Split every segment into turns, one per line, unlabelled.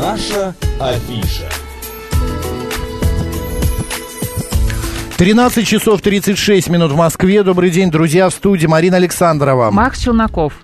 Афиша. Афиша.
13 часов 36 минут в Москве. Добрый день, друзья, в студии Марина Александрова.
Макс Челноков.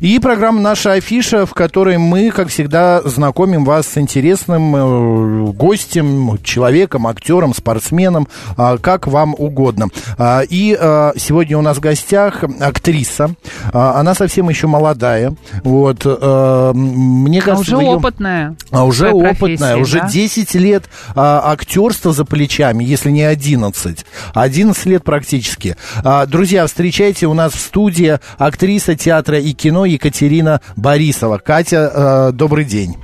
И программа «Наша афиша», в которой мы, как всегда, знакомим вас с интересным э, гостем, человеком, актером, спортсменом, э, как вам угодно. А, И э, сегодня у нас в гостях актриса. А, Она совсем еще молодая. Вот, э, мне
А
кажется,
уже
в её-
опытная.
а уже
своей
опытная,
профессии,
уже
да?
10 лет а, актерства за плечами, если не 11. 11 лет практически. А, друзья, встречайте у нас в студии актриса театра и кино Екатерина Борисова. Катя, э, добрый день.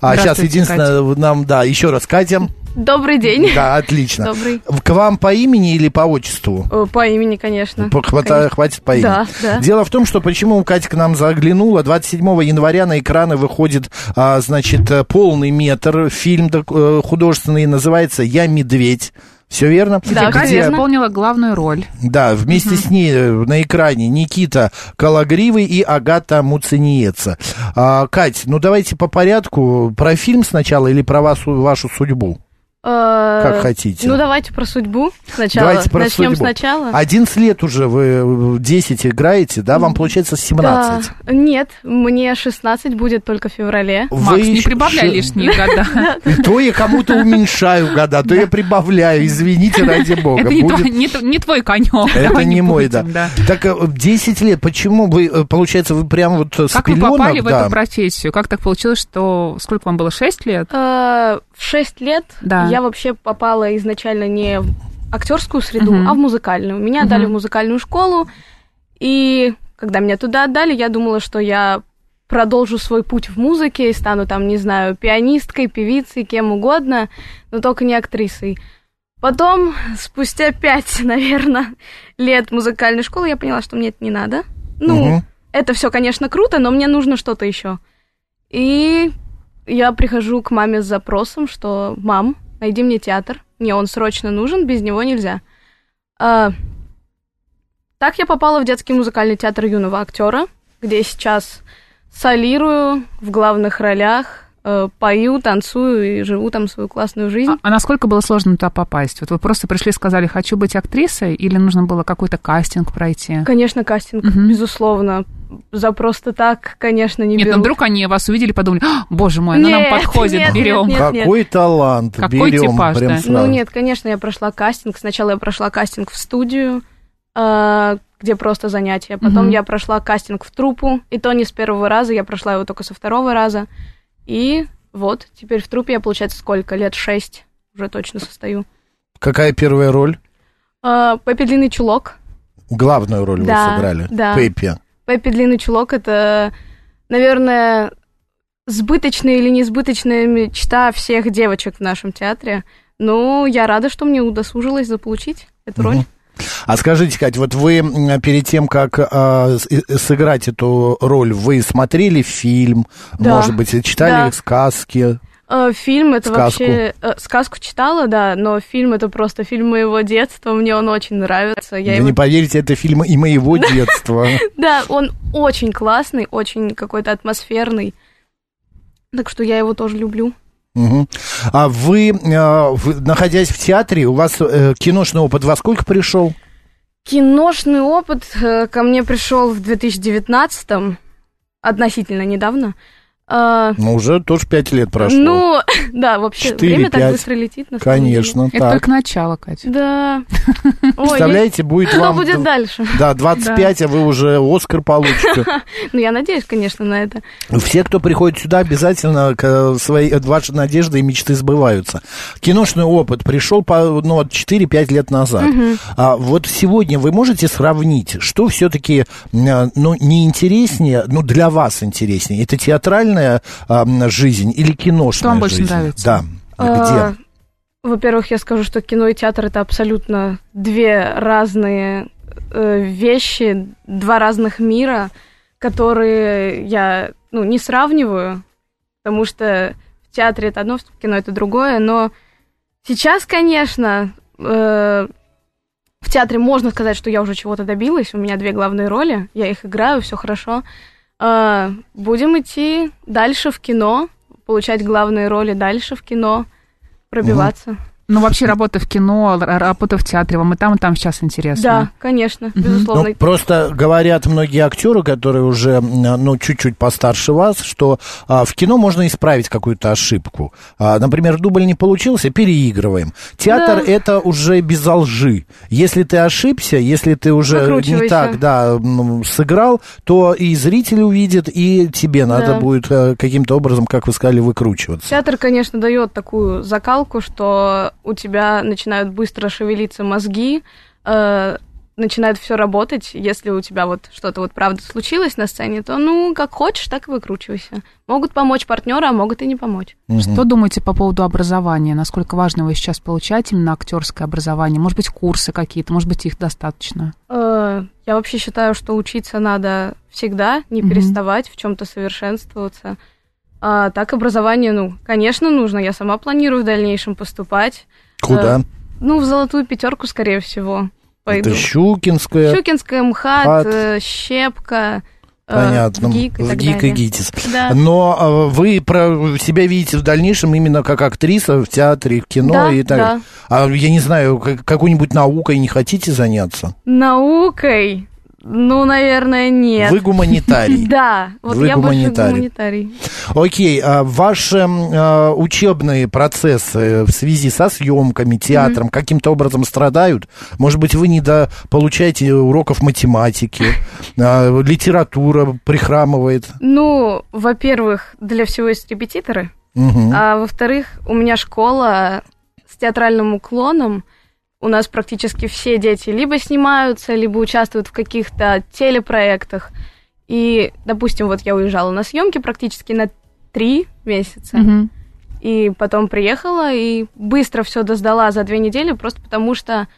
А сейчас
Здравствуйте,
единственное нам, да, еще раз, Катя.
Добрый день.
Да, отлично.
Добрый.
К вам по имени или по отчеству?
Э, По имени, конечно.
По- хвата-
Конечно.
Хватит по имени.
Да, да.
Дело в том, что почему Катя к нам заглянула. 27 января на экраны выходит, а, значит, э, полный метр, фильм док- э, художественный, называется «Я медведь». Все верно?
Да,
А Где-
Катя
конечно.
исполнила главную роль.
да, вместе с ней э, на экране Никита Калагривый и Агата Муцениеца. А, Кать, ну давайте по порядку. Про фильм сначала или про вас, вашу судьбу?
Э,
Как хотите.
Ну, давайте про судьбу сначала.
Давайте про
Начнем
судьбу. А
сначала.
11 лет уже вы э, 10 играете, да? Вам получается 17.
Да. Нет, мне 16 будет только в феврале.
Вы
Макс, не
ещё-
прибавляй
ше-
лишние года.
И То я кому-то уменьшаю года, то я прибавляю. Извините, ради бога.
Это не
Будет-
твой- не т- не твой конек.
Это не мой, да. Так э, 10 лет, почему вы, э, получается, вы прям вот э, с
Как вы
пеленок,
попали в
да.
эту профессию? Как так получилось, что... Сколько вам было? Шесть лет?
Э, В 6 лет
Да.
я вообще попала изначально не в актерскую среду,
Мгм.
а в музыкальную. Меня
Мгм.
дали в музыкальную школу, и когда меня туда отдали, я думала, что я продолжу свой путь в музыке и стану там, не знаю, пианисткой, певицей, кем угодно, но только не актрисой. Потом, спустя пять, наверное, лет музыкальной школы, я поняла, что мне это не надо. Ну,
Мгм.
это все, конечно, круто, но мне нужно что-то еще. И я прихожу к маме с запросом, что мам, найди мне театр, мне он срочно нужен, без него нельзя. А, так я попала в детский музыкальный театр юного актера, где сейчас солирую в главных ролях, э, пою, танцую и живу там свою классную жизнь.
А- А насколько было сложно туда попасть? Вот вы просто пришли и сказали, хочу быть актрисой, или нужно было какой-то кастинг пройти?
Конечно, кастинг,
А. Мгм.
безусловно. За просто так, конечно, не
Нет,
берут.
ну вдруг они вас увидели и подумали, «А, боже мой, она нам
Нет,
подходит,
нет,
берем.
нет, нет.
Какой талант.
Какой
Берем
типаж,
прям
да.
сразу.
Ну нет, конечно, я прошла кастинг. Сначала я прошла кастинг в студию, э, где просто занятия. Потом
Мгм.
я прошла кастинг в труппу, и то не с первого раза, я прошла его только со второго раза. И вот, теперь в труппе я, получается, сколько? Лет шесть уже точно состою.
Какая первая роль?
Э, Пеппи Длинный Чулок.
Главную роль
Да,
вы сыграли.
да.
Пеппи.
Пеппи Длинный Чулок — это, наверное, сбыточная или несбыточная мечта всех девочек в нашем театре. Ну, я рада, что мне удосужилось заполучить эту роль.
Мгм. А скажите, Кать, вот вы м, перед тем, как а, с- э, сыграть эту роль, вы смотрели фильм,
Да.
может быть, читали
Да.
сказки?
Э, Фильм это
Сказку.
вообще... э, Сказку читала, да, но фильм это просто фильм моего детства, мне он очень нравится. Я
Вы
его-
не поверите, это фильм и моего детства.
Да, он очень классный, очень какой-то атмосферный. Так что я его тоже люблю.
Мгм. А вы, э, в- находясь в театре, у вас э, киношный опыт во сколько пришел?
Киношный опыт э, ко мне пришел в 2019-м, относительно недавно. Э,
Ну, уже тоже пять лет прошло.
Ну, да, вообще,
Четыре,
время так
пять.
быстро летит, на самом деле.
Конечно,
Это
так.
только начало, Катя.
Да. Ой, я-
Представляете, будет
что
вам...
будет дальше?
Да, 25, а вы уже Оскар получите.
Ну, я надеюсь, конечно, на это.
Все, кто приходит сюда, обязательно к, э, свои, э, ваши надежды и мечты сбываются. Киношный опыт пришел по, ну, от 4-5 лет назад. А вот сегодня вы можете сравнить, что все-таки ну, не интереснее, ну, для вас интереснее? Это театральная а, м, жизнь или киношная
Что вам больше
жизнь?
нравится?
Да.
А,
Где?
Во-первых, я скажу, что кино и театр это абсолютно две разные э, вещи, два разных мира, которые я ну, не сравниваю, потому что в театре это одно, в кино это другое, но сейчас, конечно, э, в театре можно сказать, что я уже чего-то добилась, у меня две главные роли, я их играю, все хорошо. Э, будем идти дальше в кино, получать главные роли дальше в кино, пробиваться.
Ну, вообще, работа в кино, р- работа в театре, вам и там, и там сейчас интересно.
Да, конечно, безусловно.
Ну, просто говорят многие актеры, которые уже, м, ну, чуть-чуть постарше вас, что а, в кино можно исправить какую-то ошибку. А, например, дубль не получился, переигрываем. Театр
Да.
это уже без лжи. Если ты ошибся, если ты уже не
Выкручивайся.
так, да, м, сыграл, то и зритель увидит, и тебе надо
Да.
будет э, каким-то образом, как вы сказали, выкручиваться.
Театр, конечно, дает такую закалку, что у тебя начинают быстро шевелиться мозги, э, начинает все работать. Если у тебя вот что-то вот правда случилось на сцене, то ну как хочешь, так и выкручивайся. Могут помочь партнеры, а могут и не помочь.
Что думаете по поводу образования? Насколько важно вы сейчас получаете именно актерское образование? Может быть, курсы какие-то, может быть, их достаточно?
Э, я вообще считаю, что учиться надо всегда, не
Мгм.
переставать, в чем-то совершенствоваться. А так образование, ну, конечно, нужно. Я сама планирую в дальнейшем поступать.
Куда?
Ну, в золотую пятерку, скорее всего, пойду.
Это Щукинская.
Щукинская, МХАТ,
Э, МХАТ.
э, Щепка, э,
Понятно.
ВГИК и
В
так
ГИК и
далее.
ГИТИС.
Да.
Но э, вы про себя видите в дальнейшем именно как актриса в театре, в кино
Да,
и так
да.
далее. А я не знаю, как- какой-нибудь наукой не хотите заняться?
Наукой? Ну, наверное, нет.
Вы гуманитарий.
Да, вот
Вы
я больше
гуманитарий.
гуманитарий.
Окей, а ваши м, э, учебные процессы в связи со съемками, театром каким-то образом страдают? Может быть, вы не получаете уроков математики, а, литература прихрамывает?
Ну, во-первых, для всего есть репетиторы,
Мгм.
а во-вторых, у меня школа с театральным уклоном. У нас практически все дети либо снимаются, либо участвуют в каких-то телепроектах. И, допустим, вот я уезжала на съемки практически на три месяца.
Мгм.
И потом приехала и быстро все доздала за две недели, просто потому что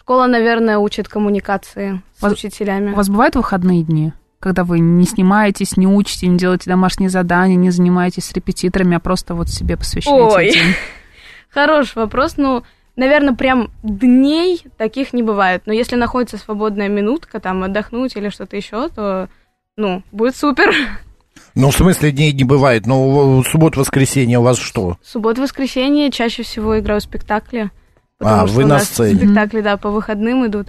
школа, наверное, учит коммуникации с
Воз-
учителями.
У вас бывают выходные дни, когда вы не снимаетесь, не учите, не делаете домашние задания, не занимаетесь с репетиторами, а просто вот себе посвящаете
Ой.
день?
Хороший вопрос. Ну, наверное, прям дней таких не бывает. Но если находится свободная минутка, там отдохнуть или что-то еще, то ну, будет супер.
Ну, в смысле, дней не бывает. Ну, в- в субботу-воскресенье у вас что?
Суббот-воскресенье чаще всего играю в спектакле.
А, вы
у
на
нас
сцене.
Спектакли, да, по выходным идут.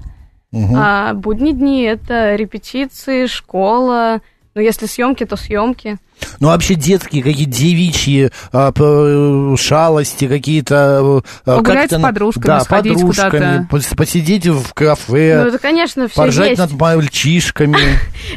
Мгм.
А будние дни это репетиции, школа. Ну, если съемки, то съемки.
Ну, вообще детские какие девичьи а, п- шалости какие-то... а,
Погулять
как-то
с
на-
подружками,
да,
сходить
подружками,
куда-то.
пос- посидеть в
ну,
кафе,
это, конечно, все
Э, поржать
есть.
над мальчишками.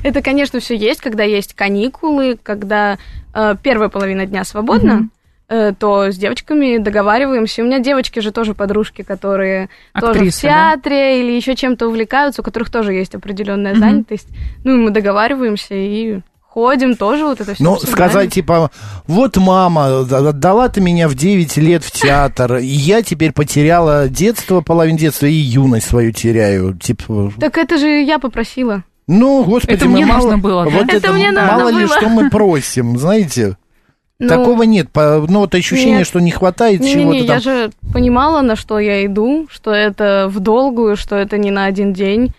Это, конечно, все есть, когда есть каникулы, когда э, первая половина дня свободна,
Мгм.
э, то с девочками договариваемся. У меня девочки же тоже подружки, которые тоже в
Актрисы, да?
театре или еще чем-то увлекаются, у которых тоже есть определенная
Мгм.
занятость. Ну, и мы договариваемся и ходим тоже вот это все.
Ну, сказать, типа, вот мама, да- отдала ты меня в 9 лет в театр, и я теперь потеряла детство, половину детства, и юность свою теряю. Типа,
Так это же я попросила.
ну, господи,
Это
мы
мне
мало-
нужно было, да?
Вот
Это
это
мне нужно
мало ли,
было.
что мы просим, знаете.
Ну,
Такого нет. По- Ну, вот ощущение,
Нет.
что не хватает чего-то
Не-не-не,
там.
я же понимала, на что я иду, что это в долгую, что это не на один день.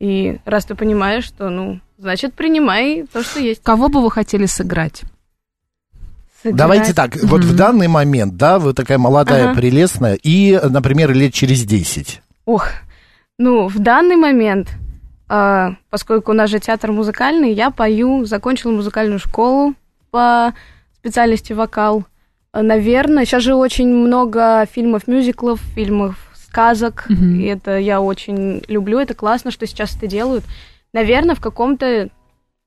И раз ты понимаешь, что, ну, значит, принимай то, что есть.
Кого бы вы хотели сыграть?
Сыграть.
Давайте так, вот в
Мгм.
данный момент, да, вы такая молодая,
Ага.
прелестная, и, например, лет через 10.
Ох, ну, в данный момент, а, поскольку у нас же театр музыкальный, я пою, закончила музыкальную школу по специальности вокал. А, Наверное, сейчас же очень много фильмов, мюзиклов, фильмов сказок,
Мгм.
и это я очень люблю, это классно, что сейчас это делают. Наверное, в каком-то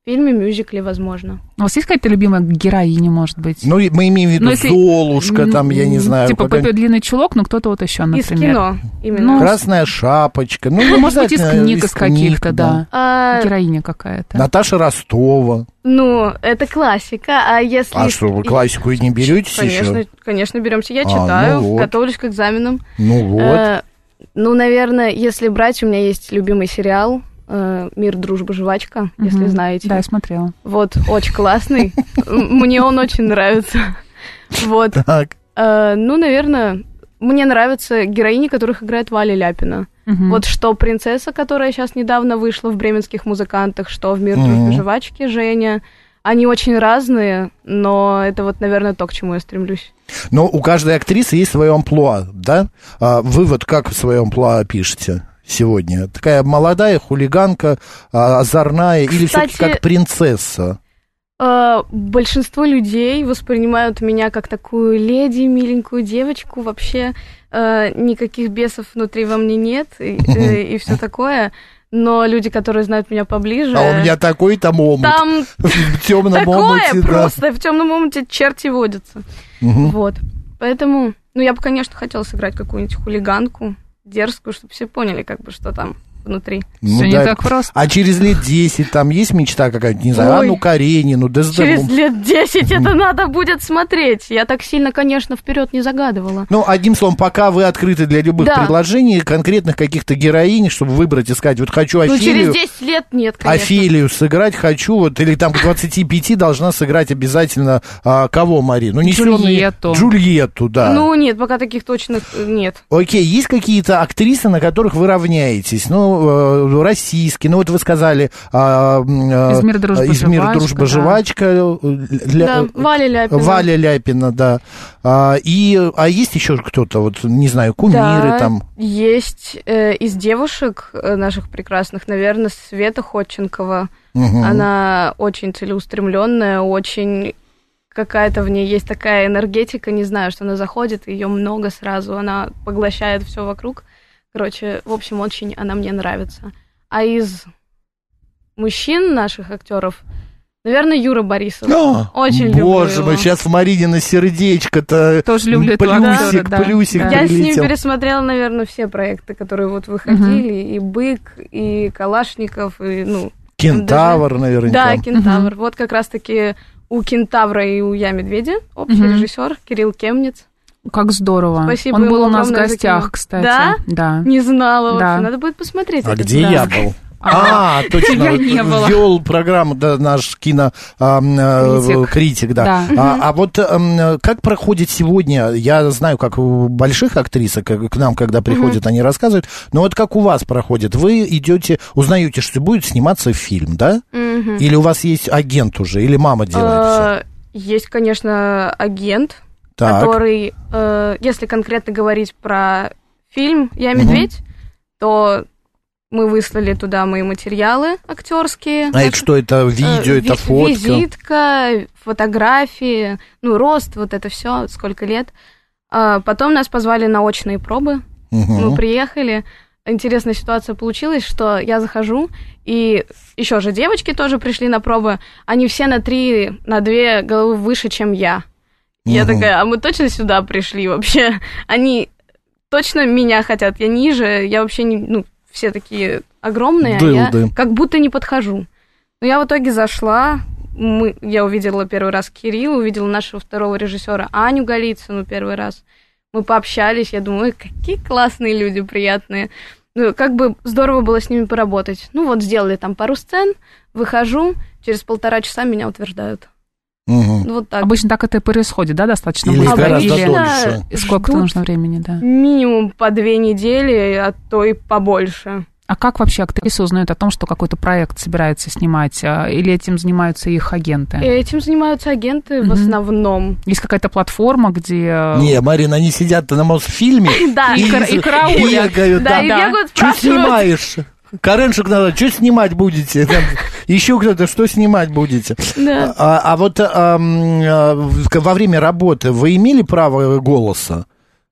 фильме, мюзикле, возможно.
У вас есть какая-то любимая героиня, может быть?
Ну, и мы имеем в виду
Ну, если-
Золушка, там, я не
М,
знаю,
Типа
какая-нибудь
Пеппи Длинный Чулок, ну кто-то вот еще, например.
Из кино именно.
Ну,
Красная шапочка. Ну,
Ну, может быть, из
обязательно
книг, из каких-то,
книг,
да.
А,
Героиня какая-то.
Наташа Ростова.
ну, это классика, а если...
А что, вы классику и не берете
Конечно,
еще?
конечно, беремся. Я
А,
читаю,
ну вот.
готовлюсь к экзаменам.
Ну вот.
Э, ну, наверное, если брать, у меня есть любимый сериал э, «Мир, дружба, жвачка», если
Мгм.
знаете.
Да, я смотрела.
Вот, очень классный. М, Мне он очень нравится. Вот.
Так.
Э, ну, наверное, мне нравятся героини, которых играет Валя Ляпина.
Мгм.
Вот что принцесса, которая сейчас недавно вышла в бременских музыкантах, что в мир
Мгм.
дружбы жвачки Женя. Они очень разные, но это вот, наверное, то, к чему я стремлюсь.
Но у каждой актрисы есть свое амплуа, да? А, вы вот как свое амплуа пишете сегодня? Такая молодая хулиганка, а, озорная или
Кстати,
все-таки как принцесса?
Э, Большинство людей воспринимают меня как такую леди, миленькую девочку, вообще э, никаких бесов внутри во мне нет и, все такое. Но люди, которые знают меня поближе,
А у меня такой там омут.
там
В темном
такое
омуте, да.
просто в темном омуте черти водятся.
Мгм.
Вот. Поэтому, ну, я бы, конечно, хотела сыграть какую-нибудь хулиганку, дерзкую, чтобы все поняли, как бы, что там внутри.
Ну
Все не
да.
так просто.
А через лет 10 там есть мечта какая-нибудь, не знаю,
Ой.
Анну Каренину, ДСД.
Через лет 10 это надо будет смотреть. Я так сильно, конечно, вперед не загадывала.
Ну, одним словом, пока вы открыты для любых
Да.
предложений, конкретных каких-то героинь, чтобы выбрать, искать, вот хочу
Ну,
Офелию,
через 10 лет нет, конечно.
Офелию сыграть хочу, вот, или там к 25 должна сыграть обязательно а, кого, Мари? Ну, не сильные-
Джульетту.
Джульетту, да.
Ну, нет, пока таких точных э, нет.
Окей, есть какие-то актрисы, на которых вы равняетесь? Ну, э, российские, ну вот вы сказали... а, м, э,
«Измир, дружба,
«Измир,
жвачка»,
дружба,
да.
жвачка», э, ля-
Да, Валя Ляпина.
Валя Ляпина, да. А, и, а есть еще кто-то, вот, не знаю, кумиры
Да,
там?
есть э, из девушек э, наших прекрасных, наверное, Света Ходченкова.
Мгм.
Она очень целеустремленная, очень какая-то в ней есть такая энергетика, не знаю, что она заходит, ее много сразу, она поглощает все вокруг. Короче, в общем, очень она мне нравится. А из мужчин наших актеров, наверное, Юра Борисов.
А,
Очень люблю
Боже
его.
мой, сейчас в Маринина сердечко-то...
Тоже люблю этого
Ну, Плюсик,
актера, да.
плюсик
Да.
Я с ним
прилетел.
пересмотрела, наверное, все проекты, которые вот выходили, и «Бык», и «Калашников», и, ну,
Кентавр, наверняка.
Да, кентавр. Вот как раз-таки у кентавра и у я медведя общий
Мгм.
режиссер Кирилл Кемниц.
Как здорово.
Спасибо
Он
ему
был у нас в
огромное за
гостях,
кино.
кстати.
Да?
Да.
Не знала
Да.
вообще. Надо будет посмотреть.
А
этот
где
фильм.
я был?
А,
А, точно.
Я не была.
Вел программу да, наш кино а, м, э,
Критик.
критик, да.
Да.
А, а вот эм, э, как проходит сегодня? Я знаю, как у больших актрисок э, к нам, когда приходят, они рассказывают. Но вот как у вас проходит? Вы идете, узнаете, что будет сниматься фильм, да?
Мгм.
Или у вас есть агент уже, или мама делает все?
Э, Есть, конечно, агент,
Так.
который, э, если конкретно говорить про фильм «Я
Мгм.
медведь», то мы выслали туда мои материалы актерские.
А это что, это видео,
Э,
это
ви-
фотка?
Визитка, фотографии, ну, рост, вот это все, сколько лет. А, Потом нас позвали на очные пробы. Мы
Мгм.
приехали. Интересная ситуация получилась, что я захожу, и еще же девочки тоже пришли на пробы. Они все на три, на две головы выше, чем я. Я
Мгм.
такая, а мы точно сюда пришли вообще? Они точно меня хотят, я ниже, я вообще не, ну, все такие огромные, а я
Дылды.
как будто не подхожу. Но я в итоге зашла, мы, я увидела первый раз Кирилла, увидела нашего второго режиссера Аню Голицыну первый раз. Мы пообщались, я думаю, «Ой, какие классные люди, приятные. Ну, как бы здорово было с ними поработать. Ну, вот сделали там пару сцен, выхожу, через полтора часа меня утверждают.
Мгм.
Ну, вот так.
Обычно так это и происходит, да, достаточно
Или
быстро?
гораздо
Или
дольше.
сколько
ждут
нужно времени, да.
Минимум по две недели, а то и побольше.
А как вообще актрисы узнают о том, что какой-то проект собирается снимать? а, Или этим занимаются их агенты?
И Этим занимаются агенты
Мгм.
в основном.
Есть какая-то платформа, где... э,
Не, Марина, они сидят на Мосфильме
Да,
И кара- и караулят.
бегают,
да, и
да.
бегают,
Что
спрашивают.
снимаешь? Кареншик надо, что снимать будете? Там Еще кто-то, что снимать будете?
Да.
А, а вот а, м, а, в- во время работы вы имели право голоса?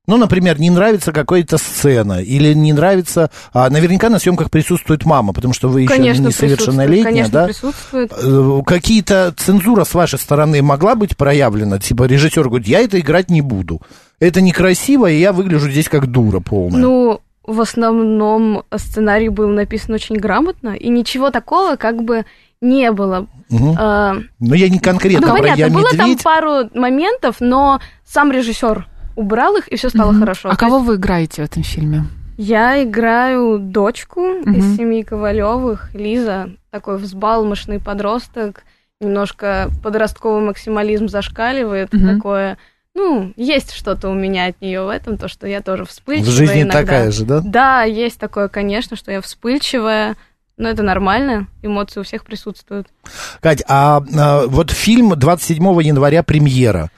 Ну, например, не нравится какая-то сцена, или не нравится... а, наверняка на съемках присутствует мама, потому что вы еще
Конечно, присутствует.
несовершеннолетняя,
Конечно,
да?
присутствует.
Э, Какие-то цензура с вашей стороны могла быть проявлена? Типа режиссер говорит, я это играть не буду. Это некрасиво, и я выгляжу здесь как дура полная.
Ну, в основном сценарий был написан очень грамотно, и ничего такого как бы не было.
Ну,
Мгм.
Э,
Но я не конкретно
ну,
про
понятно,
я
было там
медведь.
пару моментов, но сам режиссер убрал их, и все стало
Мгм.
хорошо.
А
То
кого вы играете в этом фильме?
Я играю дочку
Мгм.
из семьи Ковалевых, Лиза, такой взбалмошный подросток, немножко подростковый максимализм зашкаливает,
Мгм.
такое. Ну, есть что-то у меня от нее в этом, то, что я тоже вспыльчивая
В жизни
иногда.
такая же, да?
Да, есть такое, конечно, что я вспыльчивая, но это нормально, эмоции у всех присутствуют.
Кать, а, а, вот фильм 27 января премьера.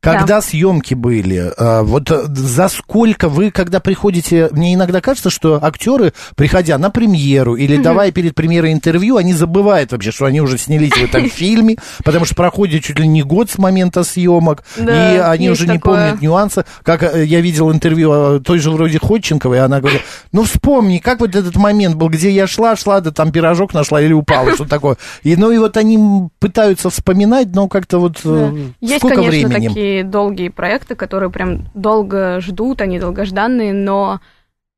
Когда съемки были? А, вот э, за сколько вы, когда приходите... Мне иногда кажется, что актеры, приходя на премьеру или давая перед премьерой интервью, они забывают вообще, что они уже снялись в этом фильме, потому что проходит чуть ли не год с момента съемок,
Да,
и они
есть
уже не
такое.
помнят нюансы. Как э, я видел интервью э, той же вроде Ходченковой, и она говорит, ну вспомни, как вот этот момент был, где я шла, шла, да там пирожок нашла или упала, что такое. И, ну и вот они м, пытаются вспоминать, но как-то вот э,
Есть,
сколько
конечно,
времени?
такие долгие проекты, которые прям долго ждут, они долгожданные, но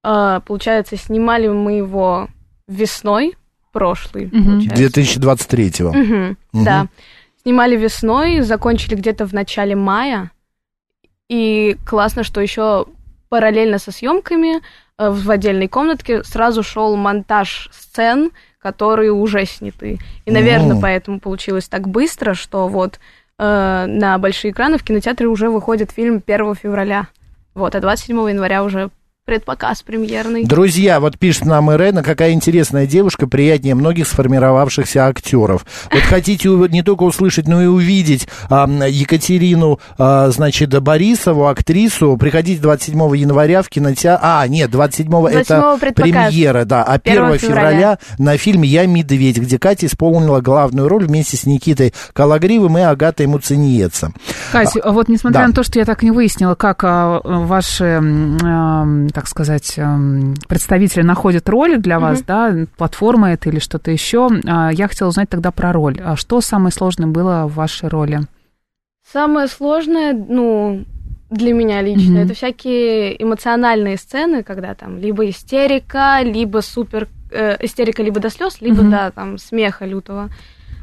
э, получается, снимали мы его весной прошлый,
Мгм.
получается.
2023-го.
Мгм,
Мгм.
Да. Снимали весной, закончили где-то в начале мая. И классно, что еще параллельно со съемками э, в отдельной комнатке сразу шел монтаж сцен, которые уже сняты. И, наверное,
М.
поэтому получилось так быстро, что вот э, на большие экраны в кинотеатре уже выходит фильм 1 февраля. Вот, а 27 января уже предпоказ премьерный.
Друзья, вот пишет нам Ирена, какая интересная девушка, приятнее многих сформировавшихся актеров. Вот хотите у- не только услышать, но и увидеть а, м, Екатерину, а, значит, Борисову, актрису, приходите 27 января в кинотеатр. А, нет, 27 это
27 предпоказ.
премьера, да, а 1,
1
февраля на фильме «Я медведь», где Катя исполнила главную роль вместе с Никитой Калагривым и Агатой Муцениецем.
Кать, а вот несмотря
да.
на то, что я так и не выяснила, как а, ваши, м, ам, так сказать, ам, представители находят роли для вас,
Мгм.
да, платформа это или что-то еще, а, я хотела узнать тогда про роль. А Что самое сложное было в вашей роли?
Самое сложное, ну, для меня лично,
Мгм.
это всякие эмоциональные сцены, когда там либо истерика, либо супер э, истерика, либо до слез, либо
Мгм.
да, там смеха лютого.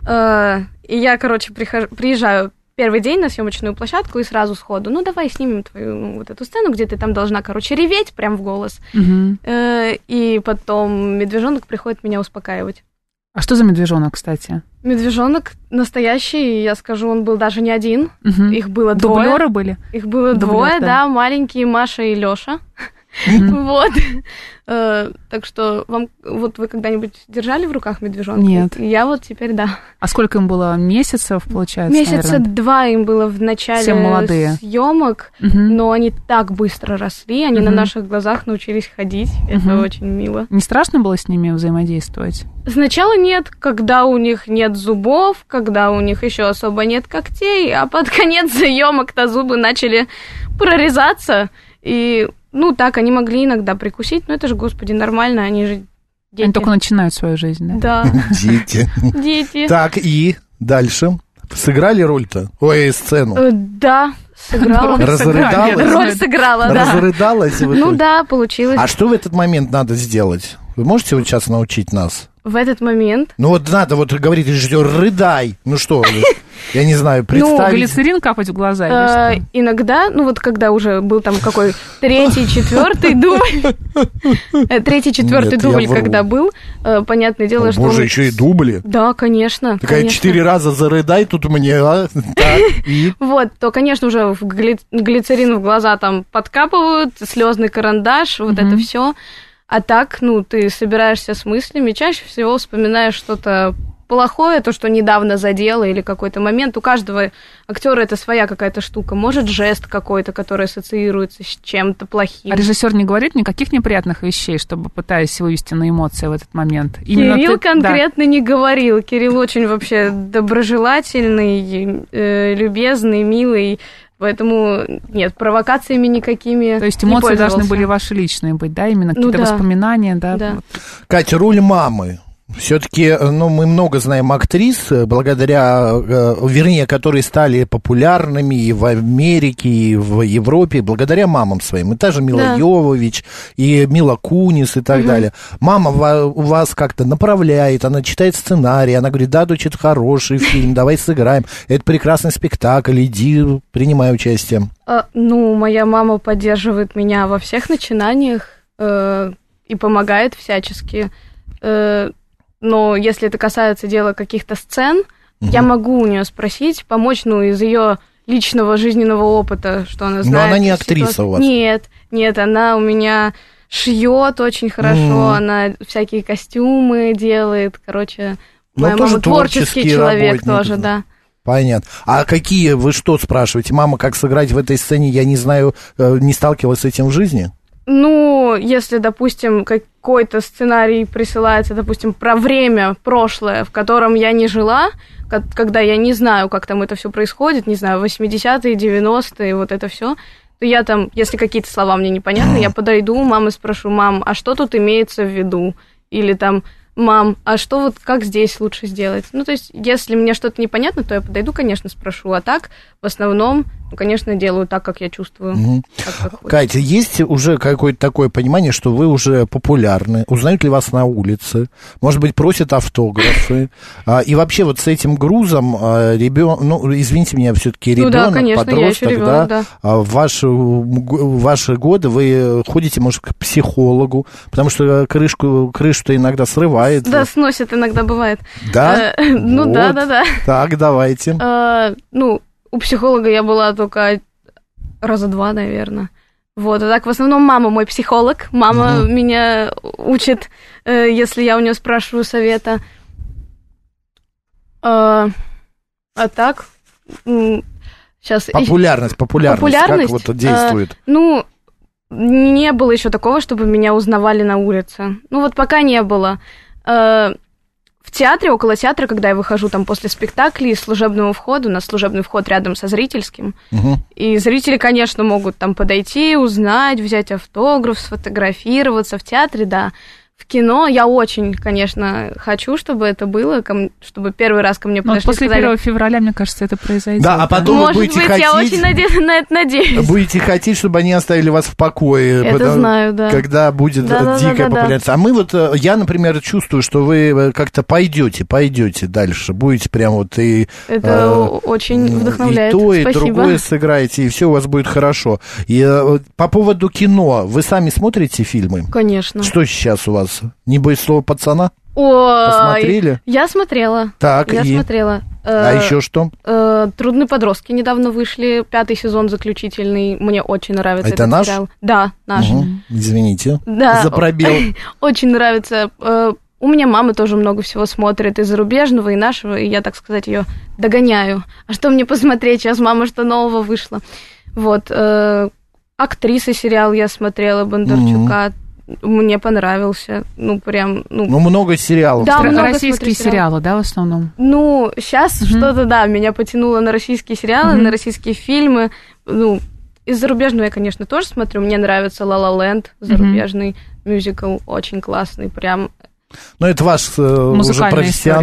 Э, и я, короче, прихожу- приезжаю первый день на съемочную площадку и сразу сходу, ну давай снимем твою ну, вот эту сцену, где ты там должна, короче, реветь прям в голос. Э, и потом медвежонок приходит меня успокаивать.
А что за медвежонок, кстати?
Медвежонок настоящий, я скажу, он был даже не один,
Мгм.
их было двое.
Дублеры были?
Их было
Дублер,
двое,
да.
да. маленькие Маша и Лёша.
Мгм.
Вот. Э, Так что вам вот вы когда-нибудь держали в руках медвежонка?
Нет.
Я вот теперь да.
А сколько им было месяцев, получается?
Месяца
наверное?
два им было в
Все молодые.
начале съемок,
Мгм.
но они так быстро росли, они на
Мгм.
наших глазах научились ходить.
Мгм.
Это очень мило.
Не страшно было с ними взаимодействовать?
Сначала нет, когда у них нет зубов, когда у них еще особо нет когтей, а под конец съемок-то зубы начали прорезаться. И, ну, так, они могли иногда прикусить, но это же, господи, нормально, они же дети.
Они только начинают свою жизнь, да?
Да,
Дети.
дети.
Так, и дальше. Сыграли роль-то? Ой, сцену.
Э, Да, сыграла.
Разрыдалась?
Роль сыграла, да.
Разрыдалась в
Ну
итоге?
да, получилось.
А что в этот момент надо сделать? Вы можете вот сейчас научить нас?
В этот момент
Ну вот надо вот говорить режиссер, рыдай. Ну что, вы? я не
Ну,
знаю, представить.
Глицерин капать в глаза
э,
или что?
иногда, ну вот когда уже был там какой третий, четвертый дубль, э, третий, четвертый
Нет, я
дубль,
вру.
когда был, э, понятное дело,
О,
что...
боже,
он-
еще и дубли.
Да, конечно.
Такая
конечно.
четыре раза зарыдай тут мне, а? Так, и?
Вот, то, конечно, уже в гли- глицерин в глаза там подкапывают, слезный карандаш, вот
Мгм.
это все. А так, ну, ты собираешься с мыслями, чаще всего вспоминаешь что-то плохое, то, что недавно задело или какой-то момент. У каждого актера это своя какая-то штука. Может, жест какой-то, который ассоциируется с чем-то плохим.
А режиссер не говорит никаких неприятных вещей, чтобы пытаясь вывести на эмоции в этот момент. Именно ты-
Кирилл
да.
конкретно не говорил. Кирилл очень вообще доброжелательный, э, любезный, милый. Поэтому нет, провокациями никакими.
То есть
не
эмоции должны
пользовался.
были ваши личные быть, да, именно
Ну
какие-то
да.
воспоминания, да.
Да.
Вот. Ну,
Катя, роль мамы. Все-таки, ну, мы много знаем актрис, э, благодаря, э, вернее, которые стали популярными и в Америке, и в Европе, благодаря мамам своим. И та же Мила
Да.
Йовович, и Мила Кунис, и так
Мгм.
далее. Мама ва- у вас как-то направляет, она читает сценарий, она говорит, да, дочь, это хороший фильм, давай сыграем, это прекрасный спектакль, иди, принимай участие.
А, ну, моя мама поддерживает меня во всех начинаниях э, и помогает всячески. Э, но если это касается дела каких-то сцен, я
Мгм.
могу у нее спросить, помочь, ну, из ее личного жизненного опыта, что она
Но
знает.
она не
из
актриса у вас.
Нет, нет, она у меня шьет очень хорошо,
Мгм.
она всякие костюмы делает, короче,
Ну,
моя
тоже
мама творческий
творческий
человек
работник,
тоже,
да.
да.
Понятно. А какие, вы что спрашиваете? Мама, как сыграть в этой сцене? Я не знаю, э, не сталкивалась с этим в жизни?
Ну, если, допустим, какой-то сценарий присылается, допустим, про время прошлое, в котором я не жила, ко- когда я не знаю, как там это все происходит, не знаю, 80-е, 90-е, вот это все, то я там, если какие-то слова мне непонятны, я подойду, у мамы спрошу, мам, а что тут имеется в виду? Или там, мам, а что вот, как здесь лучше сделать? Ну, то есть, если мне что-то непонятно, то я подойду, конечно, спрошу, а так, в основном, ну, конечно, делаю так, как я чувствую.
Мгм.
так, как хочется.
Катя, есть уже какое-то такое понимание, что вы уже популярны? Узнают ли вас на улице? Может быть, просят автографы? А, и вообще вот с этим грузом а, ребен- ну, извините меня, все-таки
Ну
ребенок,
да, конечно, я
подросток,
еще ребенок, да.
А В ваши, г- в ваши годы вы ходите, может, к психологу, потому что э, крышку, крышу-то иногда срывает.
Да, сносят иногда бывает.
Да?
Э, Ну да,
А? Вот.
да, да.
Так, давайте.
Э, Ну, у психолога я была только раза два, наверное. Вот, а так в основном мама мой психолог. Мама
Мгм.
меня учит, э, если я у нее спрашиваю совета. Э, А так, сейчас...
Популярность, популярность,
Э, Популярность? э,
как вот действует.
Ну, не было еще такого, чтобы меня узнавали на улице. Ну, вот пока не было. Э, В театре, около театра, когда я выхожу там после спектаклей, из служебного входа, у нас служебный вход рядом со зрительским,
Мгм.
и зрители, конечно, могут там подойти, узнать, взять автограф, сфотографироваться. В театре, да. В кино я очень, конечно, хочу, чтобы это было, ко м- чтобы первый раз ко мне
Ну, вот
подошли
после
и сказали,
1 февраля, мне кажется, это произойдет.
Да, а потом- Думаю,
может быть,
будете
я
ходить.
очень наде- на это надеюсь.
Будете хотеть, чтобы они оставили вас в покое.
это
потому-
знаю, да.
Когда будет
Да,
э,
да, да,
дикая
да, да.
популяция. А мы вот, э, я, например, чувствую, что вы э, как-то пойдете, пойдете дальше. Будете прям вот и
Это
Э,
о- очень вдохновляет.
И то, и
Спасибо.
другое сыграете, и все у вас будет хорошо. И э, по поводу кино, вы сами смотрите фильмы?
Конечно.
Что сейчас у вас? Не боюсь слова пацана?
Ой,
Посмотрели?
Я смотрела.
Так,
Я
и...
смотрела.
А
Э,
еще что?
э, Трудные подростки недавно вышли. Пятый сезон заключительный. Мне очень нравится
А Это
этот
наш?
сериал. Да, наш.
Мгм, Извините.
Да.
За пробел.
Очень нравится. Э, У меня мама тоже много всего смотрит и зарубежного, и нашего, и я, так сказать, ее догоняю. А что мне посмотреть? Сейчас мама что нового вышла. Вот. э, Актриса сериал я смотрела, Бондарчука. Мне понравился. Ну, прям, ну...
Ну, много сериалов.
Да,
Прям.
много
Российские
смотрю сериалов.
сериалы, да, в основном?
Ну, сейчас
Мгм.
что-то, да, меня потянуло на российские сериалы,
Мгм.
на российские фильмы. Ну, из зарубежного я, конечно, тоже смотрю. Мне нравится «Ла Ла Ленд», зарубежный мюзикл, очень классный, прям
Ну, это ваш э, уже
Музыкальная история,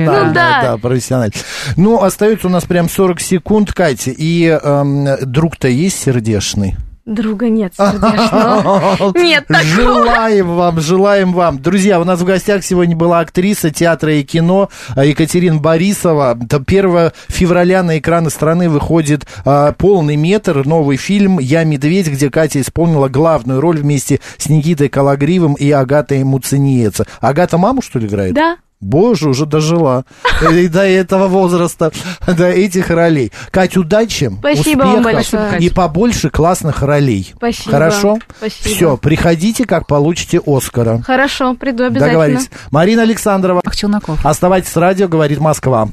профессиональный.
да. Ну, да.
да, профессиональный. Ну, остается у нас прям 40 секунд, Катя. И эм, друг-то есть сердешный?
Друга нет сердечного. Нет такого.
Желаем вам, желаем вам. Друзья, у нас в гостях сегодня была актриса театра и кино э, Екатерина Борисова. Т- 1 февраля на экраны страны выходит э, полный метр, новый фильм «Я медведь», где Катя исполнила главную роль вместе с Никитой Калагривым и Агатой Муцениеце. Агата маму, что ли, играет?
Да,
Боже, уже дожила. Э, И до этого возраста, до этих ролей. Кать, удачи,
Спасибо вам
успехов
большое.
и побольше классных ролей.
спасибо.
Хорошо?
Спасибо.
Все, приходите, как получите Оскара.
Хорошо, приду обязательно.
Договорились. Марина Александрова.
Ах, Челноков.
Оставайтесь с радио, говорит Москва.